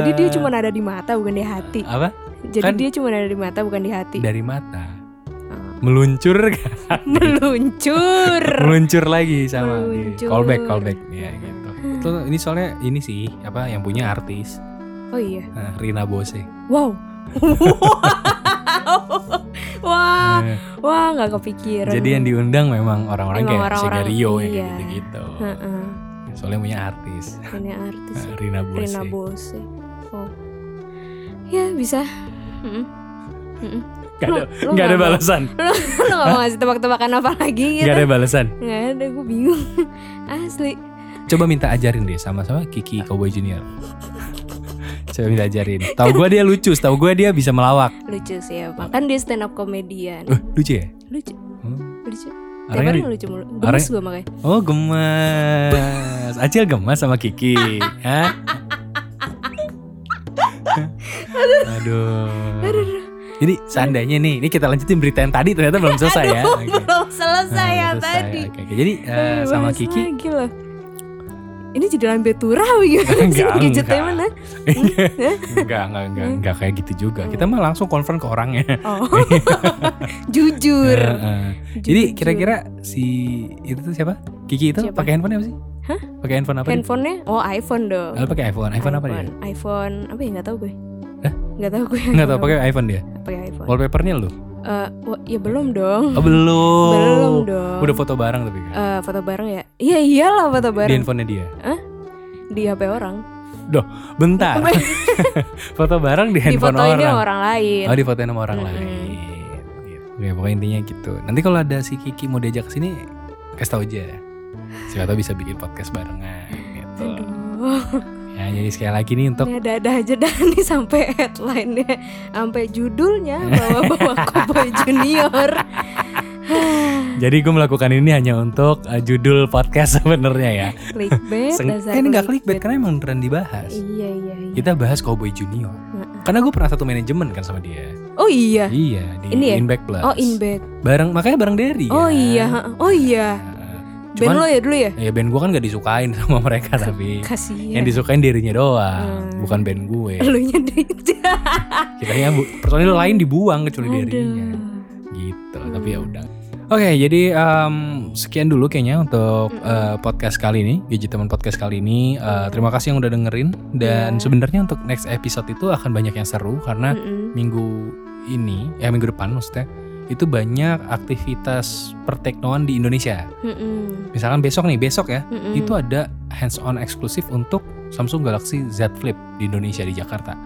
Speaker 1: jadi dia cuma ada di mata bukan di hati
Speaker 2: apa?
Speaker 1: jadi
Speaker 2: kan-
Speaker 1: dia cuma ada di mata bukan di hati
Speaker 2: Dari mata.
Speaker 1: Oh.
Speaker 2: Meluncur kan?
Speaker 1: meluncur
Speaker 2: Meluncur lagi sama.
Speaker 1: Meluncur.
Speaker 2: Callback, callback. Ya gitu. Itu ini soalnya ini sih apa yang punya artis
Speaker 1: oh iya
Speaker 2: Nah, Rina Bose.
Speaker 1: wow wah
Speaker 2: Nah,
Speaker 1: wah nggak kepikiran
Speaker 2: jadi yang diundang memang orang-orang
Speaker 1: Emang
Speaker 2: kayak
Speaker 1: orang-orang,
Speaker 2: Sigario ya
Speaker 1: iya.
Speaker 2: kayak gitu-gitu.
Speaker 1: Heeh,
Speaker 2: Soalnya punya artis
Speaker 1: ini artis
Speaker 2: Nah, Rina Bose.
Speaker 1: Rina Bose oh ya bisa Mm-mm. Mm-mm.
Speaker 2: Gak ada,
Speaker 1: Lu- lu
Speaker 2: gak ada
Speaker 1: nggak mau-
Speaker 2: balasan.
Speaker 1: Lu, lu gak mau ngasih tebak-tebakan apa lagi gitu
Speaker 2: Gak ada balasan.
Speaker 1: Nggak ada, gue bingung Asli
Speaker 2: Coba minta ajarin deh sama-sama Kiki Cowboy Junior. Coba minta ajarin. Tahu gue dia lucu, tahu gue dia bisa melawak.
Speaker 1: Lucu sih ya Makan dia stand up comedian
Speaker 2: Eh, lucu ya?
Speaker 1: Lucu
Speaker 2: Hmm.
Speaker 1: Lucu Tiap hari
Speaker 2: Orangnya-
Speaker 1: lucu mulu
Speaker 2: orangnya-
Speaker 1: Gemes gue makanya
Speaker 2: Oh gemas. Acil gemas sama Kiki. Hah? Aduh. Jadi seandainya nih, ini kita lanjutin berita yang tadi ternyata belum selesai ya. Oke.
Speaker 1: Oh, Belum selesai
Speaker 2: Nah,
Speaker 1: ya
Speaker 2: belum selesai.
Speaker 1: tadi
Speaker 2: Oke, oke. Jadi eh,
Speaker 1: Aduh,
Speaker 2: sama
Speaker 1: bahas
Speaker 2: Kiki
Speaker 1: lagi loh. Ini jadi lambe turah gimana sih eh?
Speaker 2: Enggak,
Speaker 1: gadgetnya
Speaker 2: enggak.
Speaker 1: mana?
Speaker 2: Enggak, enggak, enggak, enggak kayak gitu juga. Kita mah langsung konfront ke orangnya.
Speaker 1: Oh. Jujur.
Speaker 2: Heeh. Iya. Ya. Jadi kira-kira si itu tuh siapa? Kiki itu
Speaker 1: Gitu, Siapa?
Speaker 2: pakai handphone apa sih?
Speaker 1: Hah?
Speaker 2: Pakai handphone apa? dia?
Speaker 1: handphonenya oh iPhone dong.
Speaker 2: Oh, pakai iPhone. iPhone apa dia?
Speaker 1: iPhone apa ya nggak tahu gue.
Speaker 2: Hah?
Speaker 1: Nggak tahu gue.
Speaker 2: Enggak tahu,
Speaker 1: iPhone
Speaker 2: pakai iPhone dia.
Speaker 1: apa. pakai iPhone.
Speaker 2: Wallpapernya lu?
Speaker 1: Eh, wah, ya belum dong.
Speaker 2: Oh, belum.
Speaker 1: Belum dong.
Speaker 2: Udah foto bareng tapi kan.
Speaker 1: Eh, foto bareng ya? Iya iyalah foto
Speaker 2: Di
Speaker 1: bareng
Speaker 2: handphonenya dia.
Speaker 1: di HP orang.
Speaker 2: Bentar. foto bareng di
Speaker 1: di
Speaker 2: handphone
Speaker 1: foto ini
Speaker 2: orang.
Speaker 1: orang Hmm. lain.
Speaker 2: Oh, di fotoin sama orang
Speaker 1: Mm-mm.
Speaker 2: lain. Gitu. Oke, pokoknya intinya gitu. Nanti kalau ada si Kiki mau diajak ke sini, kasih tau aja. Siapa tahu bisa bikin podcast barengan gitu.
Speaker 1: Aduh.
Speaker 2: Ya, jadi sekali lagi nih untuk
Speaker 1: Ini ada-ada aja dah nih sampai headline-nya, sampai judulnya bawa-bawa Cowboy Junior.
Speaker 2: jadi gue melakukan ini hanya untuk eh, judul podcast sebenarnya ya.
Speaker 1: clickbait,
Speaker 2: Seng-
Speaker 1: Iya, dasar
Speaker 2: eh, ini nggak clickbait kan? Gitu. karena emang beneran dibahas.
Speaker 1: Iya, iya, iya.
Speaker 2: Kita bahas Cowboy Junior. Karena gue pernah satu manajemen kan sama dia.
Speaker 1: Oh iya.
Speaker 2: Iya di
Speaker 1: Ini ya?
Speaker 2: Inback Plus.
Speaker 1: Oh, Inback.
Speaker 2: Bareng makanya bareng Derry.
Speaker 1: Oh
Speaker 2: kan.
Speaker 1: iya, oh iya.
Speaker 2: Nah,
Speaker 1: Band
Speaker 2: Cuman
Speaker 1: lo ya dulu ya?
Speaker 2: ya band gue kan gak disukain sama mereka tapi yang
Speaker 1: Kasihan.
Speaker 2: disukain dirinya doang,
Speaker 1: Hmm.
Speaker 2: bukan band gue.
Speaker 1: Elunya deh.
Speaker 2: Kiranya bu, personil lain dibuang kecuali dirinya.
Speaker 1: Aduh.
Speaker 2: Gitu. Tapi
Speaker 1: Hmm.
Speaker 2: ya udah. Oke, jadi em, sekian dulu kayaknya untuk
Speaker 1: Hmm.
Speaker 2: eh, podcast kali ini, Gadget Teman Podcast kali ini. Eh, terima kasih yang udah dengerin dan
Speaker 1: Iya.
Speaker 2: sebenarnya untuk next episode itu akan banyak yang seru karena
Speaker 1: Mm-mm.
Speaker 2: minggu ini, ya minggu depan maksudnya, itu banyak aktivitas perteknoan di Indonesia.
Speaker 1: Mm-mm.
Speaker 2: Misalkan besok nih, besok ya,
Speaker 1: Mm-mm.
Speaker 2: itu ada hands-on eksklusif untuk Samsung Galaxy Z Flip di Indonesia di Jakarta.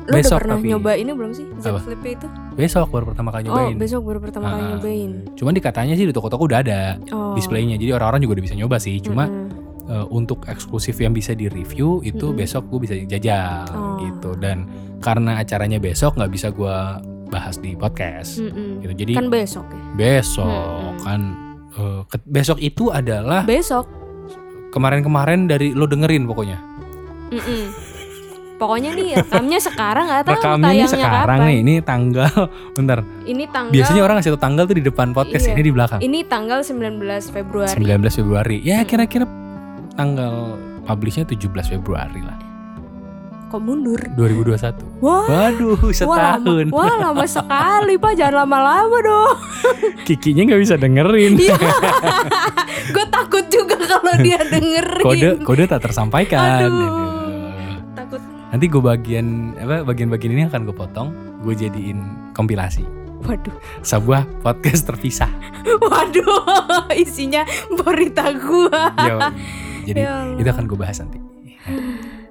Speaker 1: Lo udah
Speaker 2: besok
Speaker 1: pernah
Speaker 2: tapi.
Speaker 1: nyoba ini belum sih? Z
Speaker 2: Apa?
Speaker 1: Flip itu?
Speaker 2: Besok baru pertama
Speaker 1: Oh,
Speaker 2: kali nyobain.
Speaker 1: besok baru pertama kali
Speaker 2: Ah.
Speaker 1: nyobain.
Speaker 2: Cuman dikatanya sih di toko-toko udah ada
Speaker 1: Oh.
Speaker 2: displaynya, jadi orang-orang juga udah bisa nyoba sih. Cuma
Speaker 1: Mm-mm.
Speaker 2: eh, untuk eksklusif yang bisa di review itu
Speaker 1: Mm-mm.
Speaker 2: besok gue bisa jajal
Speaker 1: Oh.
Speaker 2: gitu. Dan karena acaranya besok nggak bisa gue bahas di podcast.
Speaker 1: Mm-mm.
Speaker 2: Gitu. Jadi
Speaker 1: Kan besok ya.
Speaker 2: besok
Speaker 1: Mm-mm.
Speaker 2: kan eh, ke- besok itu adalah
Speaker 1: Besok.
Speaker 2: kemarin-kemarin dari lo dengerin pokoknya.
Speaker 1: Mm-mm. Pokoknya nih rekamnya sekarang nggak tahu
Speaker 2: Rekamnya ini
Speaker 1: tayangnya
Speaker 2: sekarang
Speaker 1: kapan.
Speaker 2: nih, ini tanggal bentar.
Speaker 1: Ini tanggal
Speaker 2: Biasanya orang ngasih tau tanggal tuh di depan podcast,
Speaker 1: Iya.
Speaker 2: ini di belakang.
Speaker 1: ini tanggal 19 Februari.
Speaker 2: 19 Februari. Ya kira-kira tanggal publishnya 17 Februari lah.
Speaker 1: Kok mundur?
Speaker 2: 2021.
Speaker 1: Wah,
Speaker 2: Waduh,
Speaker 1: wah lama,
Speaker 2: setahun.
Speaker 1: wah lama sekali Pak, jangan lama-lama dong.
Speaker 2: Kikinya nggak bisa dengerin.
Speaker 1: Iya. Gue takut juga kalau dia dengerin.
Speaker 2: Kode kode tak tersampaikan.
Speaker 1: Aduh.
Speaker 2: Aduh.
Speaker 1: Takut.
Speaker 2: Nanti gue bagian apa bagian-bagian ini akan gue potong, gue jadiin kompilasi
Speaker 1: Waduh.
Speaker 2: sebuah podcast terpisah.
Speaker 1: Waduh, isinya berita gua.
Speaker 2: Yoi. Jadi
Speaker 1: Ya Allah.
Speaker 2: itu akan gue bahas nanti.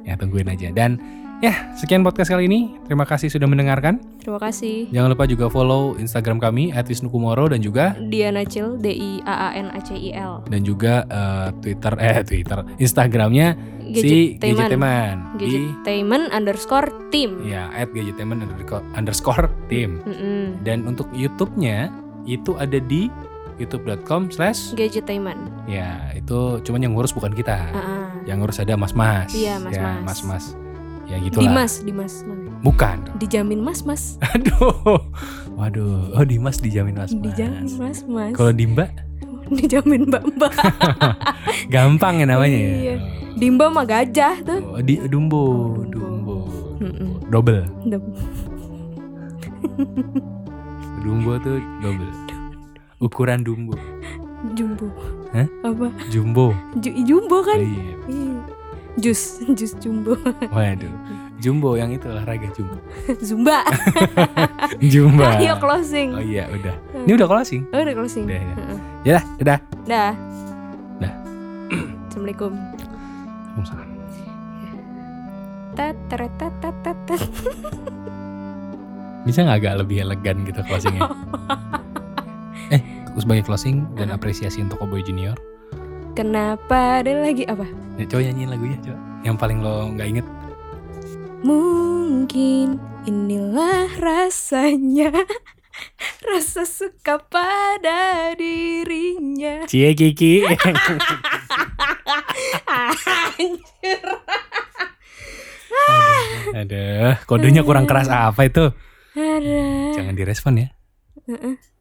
Speaker 2: Ya tungguin aja dan ya sekian podcast kali ini. Terima kasih sudah mendengarkan.
Speaker 1: Terima kasih.
Speaker 2: Jangan lupa juga follow Instagram kami @wisnukumoro dan juga
Speaker 1: Diana Cil, D I A A N A C I L.
Speaker 2: dan juga eh, Twitter eh Twitter Instagramnya si Gadgeteman di
Speaker 1: Gadgetainment underscore team.
Speaker 2: ya at Gadgeteman underscore, underscore team
Speaker 1: Mm-mm.
Speaker 2: dan untuk YouTube-nya itu ada di youtube.com slash
Speaker 1: Gadgetainment.
Speaker 2: ya itu cuman yang ngurus bukan kita
Speaker 1: Ah, ah.
Speaker 2: yang ngurus ada Mas Mas
Speaker 1: Iya, Mas
Speaker 2: ya
Speaker 1: Mas.
Speaker 2: Mas Mas ya gitulah
Speaker 1: Dimas, Dimas. mana?
Speaker 2: bukan dong.
Speaker 1: Dijamin Mas, Mas.
Speaker 2: aduh waduh oh Dimas dijamin Mas Mas
Speaker 1: Dijamin Mas, Mas.
Speaker 2: kalau Dimba
Speaker 1: Dijamin Mbak-mbak.
Speaker 2: gampang ya namanya ya
Speaker 1: Iya. Dimba mah gajah tuh.
Speaker 2: Oh, di Dumbo,
Speaker 1: Oh, Dumbo.
Speaker 2: Dumbo,
Speaker 1: Mm-mm.
Speaker 2: double,
Speaker 1: Dem-
Speaker 2: Dumbo tuh double. Ukuran Dumbo,
Speaker 1: Jumbo.
Speaker 2: Hah?
Speaker 1: Apa?
Speaker 2: Jumbo.
Speaker 1: Ju- jumbo kan?
Speaker 2: Iya.
Speaker 1: Iya. Jus, jus jumbo.
Speaker 2: Waduh, Jumbo yang itu olahraga Jumbo.
Speaker 1: Zumba.
Speaker 2: Jumba.
Speaker 1: Ayo closing.
Speaker 2: Oh iya, udah. Ini udah closing.
Speaker 1: Oh, udah closing.
Speaker 2: Udah, ya.
Speaker 1: Heeh.
Speaker 2: Ya dah, dadah.
Speaker 1: Dah.
Speaker 2: Dah.
Speaker 1: Assalamualaikum.
Speaker 2: Waalaikumsalam.
Speaker 1: Tat, tarat, tat, tat, tat, tat.
Speaker 2: Bisa nggak agak lebih elegan gitu closingnya? eh, sebagai closing dan apresiasi untuk Cowboy Junior.
Speaker 1: Kenapa ada lagi apa?
Speaker 2: Ya, coba nyanyiin lagunya, coba. Yang paling lo nggak inget.
Speaker 1: Mungkin inilah rasanya Rasa suka pada dirinya
Speaker 2: Cie Kiki.
Speaker 1: Anjir
Speaker 2: Aduh, kodenya kurang keras apa itu?
Speaker 1: Ada Hmm.
Speaker 2: Jangan direspon ya.